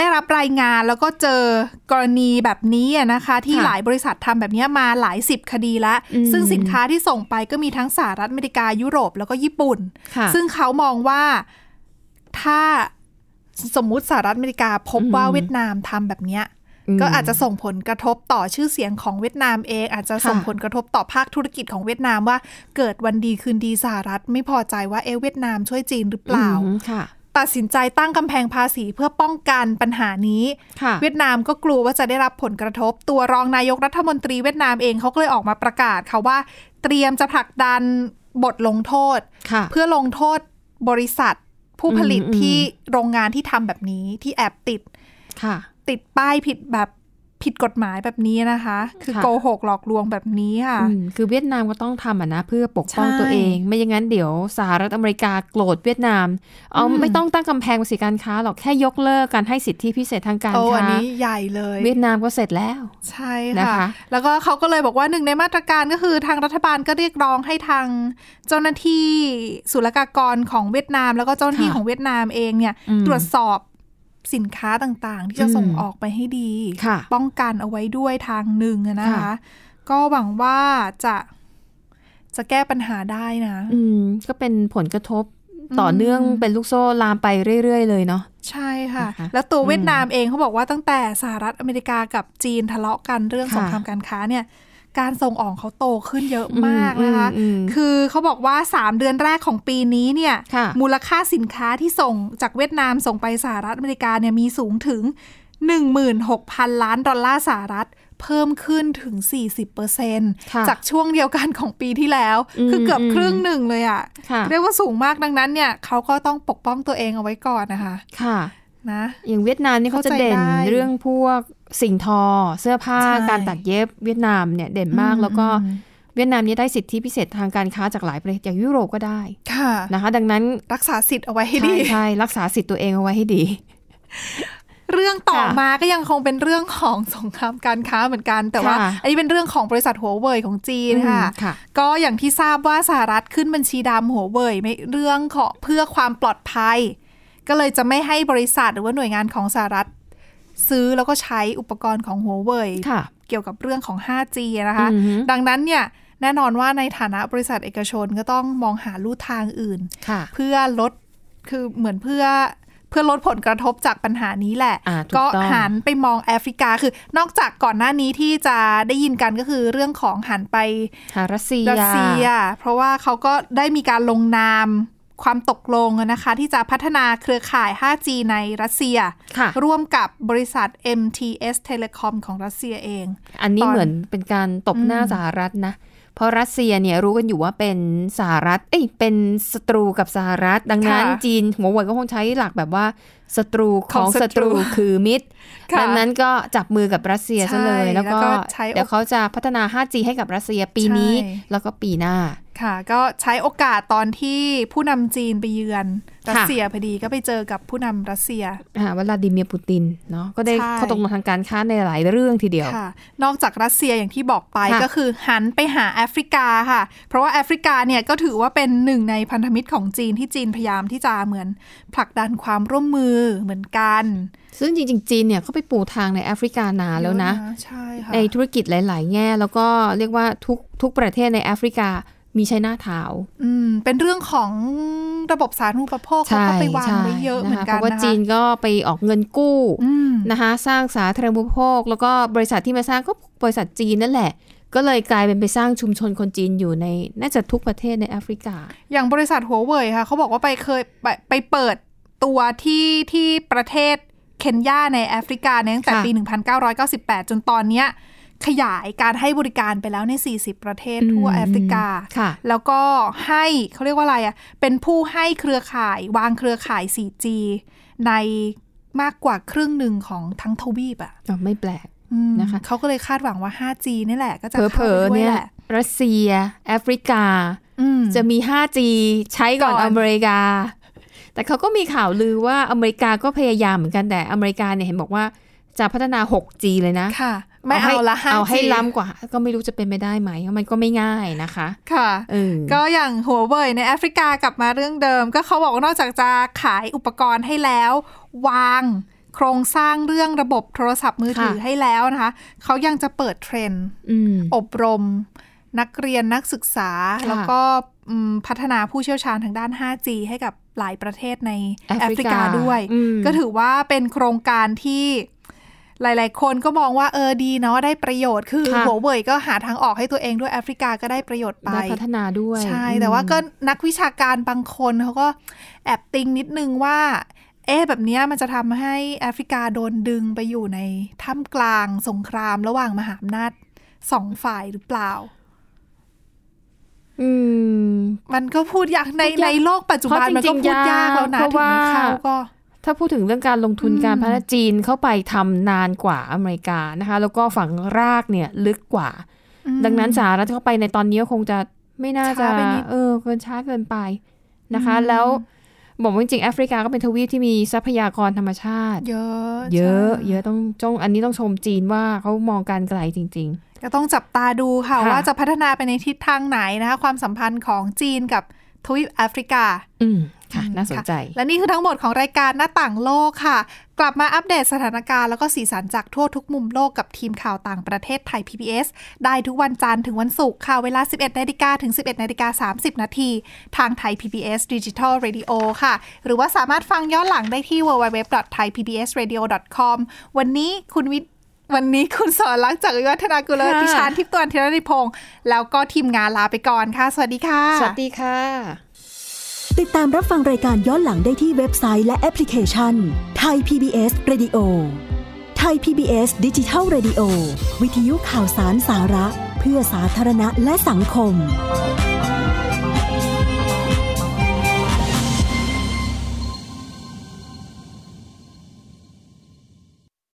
Speaker 1: ได้รับรายงานแล้วก็เจอกรณีแบบนี้อะนะคะ ที่
Speaker 2: ค่ะ
Speaker 1: หลายบริษัททำแบบเนี้ยมาหลายสิบคดีแล้ว
Speaker 2: อืม
Speaker 1: ซึ่งสินค้าที่ส่งไปก็มีทั้งสหรัฐอเมริกายุโรปแล้วก็ญี่ปุ่น
Speaker 2: ค่ะ
Speaker 1: ซึ่งเขามองว่าถ้าสมมุติสหรัฐอเมริกาพบ
Speaker 2: อืม
Speaker 1: ว่าเวียดนามทำแบบเนี้ย
Speaker 2: อืม
Speaker 1: ก็อาจจะส่งผลกระทบต่อชื่อเสียงของเวียดนามเอง อาจจะ
Speaker 2: ค่ะ
Speaker 1: ส่งผลกระทบต่อภาคธุรกิจของเวียดนามว่าเกิดวันดีคืนดีสหรัฐไม่พอใจว่าเอะเวียดนามช่วยจีนหรือเปล่า
Speaker 2: อืมค่ะ
Speaker 1: ตัดสินใจตั้งกำแพงภาษีเพื่อป้องกันปัญหานี้
Speaker 2: ค่ะ
Speaker 1: เวียดนามก็กลัวว่าจะได้รับผลกระทบ ตัวรองนายกรัฐมนตรีเวียดนามเองเขาก็เลยออกมาประกาศค่ะว่า เตรียมจะผลักดันบทลงโทษ
Speaker 2: ค่ะ
Speaker 1: เพื่อลงโทษบริษัท ผู้ผลิต
Speaker 2: อืมอืม
Speaker 1: ที่โรงงานที่ทำแบบนี้ที่แอบติด
Speaker 2: ค่ะ
Speaker 1: ติดป้ายผิดแบบผิดกฎหมายแบบนี้นะคะ คือ
Speaker 2: ค่ะ
Speaker 1: โกหกหลอกลวงแบบนี้ค่ะ
Speaker 2: อืมคือเวียดนามก็ต้องทำอ่ะนะเพื่อปกป้อง
Speaker 1: ใช่
Speaker 2: ตัวเอง ไม่อย่างนั้นเดี๋ยวสหรัฐอเมริกาโกรธเวียดนาม เอา
Speaker 1: อืม
Speaker 2: ไม่ต้องตั้งกำแพงภาษีการค้าหรอกแค่ยกเลิกการให้สิทธิพิเศษทางการ
Speaker 1: โอ้อัน
Speaker 2: ค้า
Speaker 1: นี้ใหญ่เลย
Speaker 2: เวียดนามก็เสร็จแล้ว
Speaker 1: ใช่
Speaker 2: นะ
Speaker 1: ค่ะ
Speaker 2: คะ
Speaker 1: แล้วก็เขาก็เลยบอกว่าหนึ่งในมาตรการก็คือทางรัฐบาลก็เรียกร้องให้ทางเจ้าหน้าที่ศุลกากรของเวียดนาม แล้วก็เจ้าหน้าที่
Speaker 2: ค่ะ
Speaker 1: ของเวียดนามเองเนี่ย
Speaker 2: อืม
Speaker 1: ตรวจสอบสินค้าต่างๆ ที่จะ
Speaker 2: อืม
Speaker 1: ส่งออกไปให้ดี
Speaker 2: ค่ะ
Speaker 1: ป้องกันเอาไว้ด้วยทางหนึ่งอะนะคะ
Speaker 2: ค่ะ
Speaker 1: ก็หวังว่าจะจะแก้ปัญหาได้นะ
Speaker 2: อืมก็เป็นผลกระทบต่อเนื่องเป็นลูกโซ่ลามไปเรื่อยๆเลยเนาะ
Speaker 1: ใช่ค่ะ
Speaker 2: นะคะ
Speaker 1: แล้วตัวเวียดนามเองเขาบอกว่าตั้งแต่สหรัฐอเมริกากับจีนทะเลาะกันเรื่อง
Speaker 2: ค่ะ
Speaker 1: สงครามการค้าเนี่ย การส่งออกเขาโตขึ้นเยอะมาก
Speaker 2: อืม
Speaker 1: นะคะ
Speaker 2: อืมอืม
Speaker 1: คือเขาบอกว่า 3 เดือนแรกของปีนี้เนี่ย
Speaker 2: ค่ะ
Speaker 1: มูลค่าสินค้าที่ส่งจากเวียดนามส่งไปสหรัฐอเมริกาเนี่ยมีสูงถึง 16,000 ล้านดอลลาร์สหรัฐ เพิ่มขึ้นถึง
Speaker 2: ค่ะ
Speaker 1: 40%จากช่วงเดียวกันของปีที่แล้ว คือเกือบ
Speaker 2: อืมอืม
Speaker 1: ครึ่งหนึ่งเลยอะ
Speaker 2: ค่ะ
Speaker 1: เรียกว่าสูงมากดังนั้นเนี่ยเขาก็ต้องปกป้องตัวเองเอาไว้ก่อนนะคะ
Speaker 2: ค่ะ
Speaker 1: นะ
Speaker 2: อย่างเวียดนามนี่เขาจะเด่น
Speaker 1: เข้าใจได้
Speaker 2: เรื่องพวกสิ่งทอ เสื้อผ้า
Speaker 1: ใช่
Speaker 2: การตัดเย็บเวียดนามเนี่ยเด่นมาก
Speaker 1: อืม
Speaker 2: แล้วก็
Speaker 1: อืม
Speaker 2: เวียดนามนี่ได้สิทธิพิเศษทางการค้าจากหลายประเทศจากยุโรปก็ได้
Speaker 1: ค่ะ
Speaker 2: นะคะ ดังนั้น
Speaker 1: รักษาสิทธิ์เอาไว้ให้
Speaker 2: ใช่
Speaker 1: ดี
Speaker 2: ใช่รักษาสิทธิ์ตัวเองเอาไว้ให้ดี
Speaker 1: เรื่องต่อ
Speaker 2: ค่ะ
Speaker 1: มาก็ยังคงเป็นเรื่องของสงครามการค้าเหมือนกัน แต่
Speaker 2: ค่ะ
Speaker 1: ว่า อันนี้เป็นเรื่องของบริษัทหัวเว่ยของจีนค่ะ
Speaker 2: อืมค่ะ
Speaker 1: ก็อย่างที่ทราบว่าสหรัฐขึ้นบัญชีดำหัวเว่ยไม่เรื่องของเพื่อความปลอดภัย ก็เลยจะไม่ให้บริษัทหรือว่าหน่วยงานของสหรัฐ ซื้อแล้วก็ใช้อุปกรณ์ของหัวเว่ย
Speaker 2: ค่ะ
Speaker 1: เกี่ยวกับเรื่องของ 5G นะคะ
Speaker 2: อือฮึ
Speaker 1: ดังนั้นเนี่ยแน่นอนว่าในฐานะบริษัทเอกชนก็ต้องมองหาลู่ทางอื่น
Speaker 2: ค่ะ
Speaker 1: เพื่อลดคือเหมือนเพื่อเพื่อลดผลกระทบจากปัญหานี้แหละ
Speaker 2: อ่าถูก
Speaker 1: ก็
Speaker 2: ต้อง
Speaker 1: หันไปมองแอฟริกาคือนอกจากก่อนหน้านี้ที่จะได้ยินกันก็คือเรื่องของหันไป
Speaker 2: หารัสเซีย
Speaker 1: รัสเซีย เพราะว่าเขาก็ได้มีการลงนามความตกลงนะคะ ที่จะพัฒนาเครือข่าย 5G ในรัสเซีย
Speaker 2: ค่ะ
Speaker 1: ร่วมกับบริษัท MTS Telecom ของรัสเซียเอง
Speaker 2: อันนี้
Speaker 1: ตอน
Speaker 2: เหมือนเป็นการตบหน้า
Speaker 1: อืม
Speaker 2: สหรัฐนะ เพราะรัสเซียเนี่ยรู้กันอยู่ว่าเป็นสหรัฐ เอ้ย เป็นศัตรูกับสหรัฐ ดังนั้น
Speaker 1: ค่ะ
Speaker 2: จีนหัวเว่ยก็คงใช้หลักแบบว่าศัตรู
Speaker 1: ข
Speaker 2: ข
Speaker 1: อ
Speaker 2: อง ง
Speaker 1: ศั
Speaker 2: ศั
Speaker 1: ต
Speaker 2: ต
Speaker 1: รู
Speaker 2: รูคือมิตร
Speaker 1: ค่ะ
Speaker 2: ดังนั้นก็จับมือกับรัสเซียซะเลย
Speaker 1: ใช่
Speaker 2: แล้วก็
Speaker 1: แล้วก็ใช้
Speaker 2: เดี๋ยวเขาจะพัฒนา 5G ให้กับรัสเซียปีนี้
Speaker 1: ใช่
Speaker 2: แล้วก็ปีหน้า
Speaker 1: ค่ะ ก็ใช้โอกาสตอนที่ผู้นำจีนไปเยือนรัส
Speaker 2: ค่ะ
Speaker 1: เซียพอดีก็ไปเจอกับผู้นำรัสเซีย
Speaker 2: อ่าวลาดิเมียร์ปูตินเนาะ ก็ได้
Speaker 1: ใช่
Speaker 2: ข้อตกลงทางการค้าในหลายเรื่องทีเดียว
Speaker 1: ค่ะ นอกจากรัสเซียอย่างที่บอกไป
Speaker 2: ค่ะ
Speaker 1: ก็คือหันไปหาแอฟริกาค่ะ เพราะว่าแอฟริกาเนี่ยก็ถือว่าเป็นหนึ่งในพันธมิตรของจีนที่จีนพยายามที่จะเหมือนผลักดันความร่วมมือเหมือนกัน
Speaker 2: ซึ่งจริงๆจีนเนี่ยเขาไปปูทางในแอฟริกานานแล้วนะ
Speaker 1: ใช่ค่ะ
Speaker 2: ในธุรกิจหลาย ๆ แง่ แล้วก็เรียกว่าทุกทุกประเทศในแอฟริกา มีใช้หน้าเท้า
Speaker 1: อืมเป็นเรื่องของระบบสาธารณูปโภคเขา
Speaker 2: ใช่
Speaker 1: ก็ไปวาง
Speaker 2: ใช่
Speaker 1: ไว้เยอะเหมือน
Speaker 2: ค
Speaker 1: กัน
Speaker 2: เพราะว่า
Speaker 1: นะคะ
Speaker 2: จีนก็ไปออกเงินกู้
Speaker 1: อืม
Speaker 2: นะคะสร้างสาธารณูปโภค แล้วก็บริษัทที่มาสร้างก็บริษัทจีนนั่นแหละ ก็เลยกลายเป็นไปสร้างชุมชนคนจีนอยู่ในน่าจะทุกประเทศในแอฟริกา
Speaker 1: อย่างบริษัทหัวเว่ยค่ะเขาบอกว่าไปเคยไปไปเปิดตัวที่ที่ประเทศเคนยาในแอฟริกาเนี่ยตั้งแต่
Speaker 2: ค่ะ
Speaker 1: ปี 1998 จนตอนเนี้ยขยายการให้บริการไปแล้วใน 40 ประเทศทั่วแอฟริกา
Speaker 2: ค่ะ
Speaker 1: แล้วก็ให้เขาเรียกว่าอะไรอ่ะ เป็นผู้ให้เครือข่ายวางเครือข่าย 4G ในมากกว่าครึ่งหนึ่งของทั้งทวีปอ่ะ
Speaker 2: อ๋อไม่แปลก
Speaker 1: อืม
Speaker 2: นะคะ
Speaker 1: เขาก็เลยคาดหวังว่า 5G นี่แหละ ก็จะ
Speaker 2: เผลอๆ
Speaker 1: ข้าไปด้ว
Speaker 2: เนี่ย
Speaker 1: แหละ
Speaker 2: รัสเซีย แอฟริกา
Speaker 1: อืม
Speaker 2: จะมี 5G ใช้ก่อน
Speaker 1: ก่อน
Speaker 2: อเมริกา แต่เขาก็มีข่าวลือว่าอเมริกาก็พยายามเหมือนกันแต่อเมริกาเนี่ยเห็นบอกว่าจะพัฒนา 6G เลยนะ
Speaker 1: ค่ะ ไม่เอาละ
Speaker 2: ให้
Speaker 1: 5G
Speaker 2: เอาให้ล้ำกว่า ก็ไม่รู้จะเป็นไปได้ไหมเพราะมันก็ไม่ง่ายนะคะ
Speaker 1: ค่ะ
Speaker 2: เออ
Speaker 1: ก็อย่างหัวเว่ยในแอฟริกากลับมาเรื่องเดิม ก็เขาบอกว่านอกจากจะขายอุปกรณ์ให้แล้ว วางโครงสร้างเรื่องระบบโทรศัพท์มือถือ
Speaker 2: ค่ะ
Speaker 1: ให้แล้วนะคะเขายังจะเปิดเทรนด์
Speaker 2: อืม
Speaker 1: อบรมนักเรียนนักศึกษา
Speaker 2: ค่ะ
Speaker 1: แล้วก็อืมพัฒนาผู้เชี่ยวชาญทางด้าน 5G ให้กับหลายประเทศใน
Speaker 2: แอ
Speaker 1: แอ
Speaker 2: ฟ
Speaker 1: ฟ
Speaker 2: ริกาก
Speaker 1: ริาด้วย
Speaker 2: อืม
Speaker 1: ก็ถือว่าเป็นโครงการที่หลาย ๆ คนก็มองว่าเออดีเนาะได้ประโยชน์คือหัวเว่ยก็หาทางออกให้ตัวเองด้วยแอฟริกาก็ได้ประโยชน์ไป
Speaker 2: ได้พัฒนาด้วย
Speaker 1: ใช่
Speaker 2: อืม
Speaker 1: แต่ว่าก็นักวิชาการบางคนเขาก็แอบติงนิดนึงว่า เอ๊ะแบบเนี้ยมันจะทำให้แอฟริกาโดนดึงไปอยู่ในท่ามกลางสงครามระหว่างมหาอำนาจสองฝ่ายหรือเปล่า
Speaker 2: อืม
Speaker 1: มันก็พูดยากใน
Speaker 2: พูดยาก
Speaker 1: ในโลกปัจจุบัน
Speaker 2: เพ
Speaker 1: มัน
Speaker 2: ราะจริ
Speaker 1: ก็
Speaker 2: งๆ
Speaker 1: พูดยากแล้วนะ
Speaker 2: ยาก
Speaker 1: ถึงแม้
Speaker 2: เพราะว่า
Speaker 1: เขาก็
Speaker 2: ถ้าพูดถึงเรื่องการลงทุน
Speaker 1: อืม
Speaker 2: การพัฒนาจีนเข้าไปทำนานกว่าอเมริกานะคะ แล้วก็ฝังรากเนี่ยลึกกว่า
Speaker 1: อืม
Speaker 2: ดังนั้นสหรัฐเข้าไปในตอนนี้ก็คงจะไม่น่าจะ
Speaker 1: ช้าไปนิด
Speaker 2: เออเกินช้าเกินไปนะคะ
Speaker 1: อืม
Speaker 2: แล้วบอกว่าจริงๆแอฟริกาก็เป็นทวีปที่มีทรัพยากรธรรมชาติ
Speaker 1: เยอะ
Speaker 2: เยอะ
Speaker 1: ใช่
Speaker 2: เยอะต้องจ้องอันนี้ต้องชมจีนว่าเขามองการไกลจริง
Speaker 1: ก็ต้องจับตาดูค่ะ
Speaker 2: ค่ะ
Speaker 1: ว่าจะพัฒนาไปในทิศทางไหนนะคะ ความสัมพันธ์ของจีนกับทวีปแอฟริกา
Speaker 2: ๆ อืมค่ะ
Speaker 1: อืม
Speaker 2: น่าสนใจ
Speaker 1: ค่ะและนี่คือทั้งหมดของรายการหน้าต่างโลกค่ะ กลับมาอัปเดตสถานการณ์แล้วก็สีสันจากทั่วทุกมุมโลกกับทีมข่าวต่างประเทศไทย PBS ได้ทุกวันจันทร์ถึงวันศุกร์ค่ะ เวลา 11นาฬิกาถึง 11นาฬิกา30 นาทีทางไทย PBS Digital Radio ค่ะ หรือว่าสามารถฟังย้อนหลังได้ที่ www.thaipbsradio.com วันนี้คุณวิทย์วันนี้คุณสอนรักษ์จากวิวัฒนากุล
Speaker 2: ค่ะ
Speaker 1: ดิฉันทิพย์ตวรรณธีรนิพงศ์แล้วก็ทีมงานลาไปก่อนค่ะ สวัสดีค่ะ
Speaker 2: สวัสดีค่ะ
Speaker 7: ติดตามรับฟังรายการย้อนหลังได้ที่เว็บไซต์และแอปพลิเคชันไทย PBS Radio ไทย PBS ดิจิทัล Radio วิทยุข่าวสารสาระ เพื่อสาธารณะและสังคม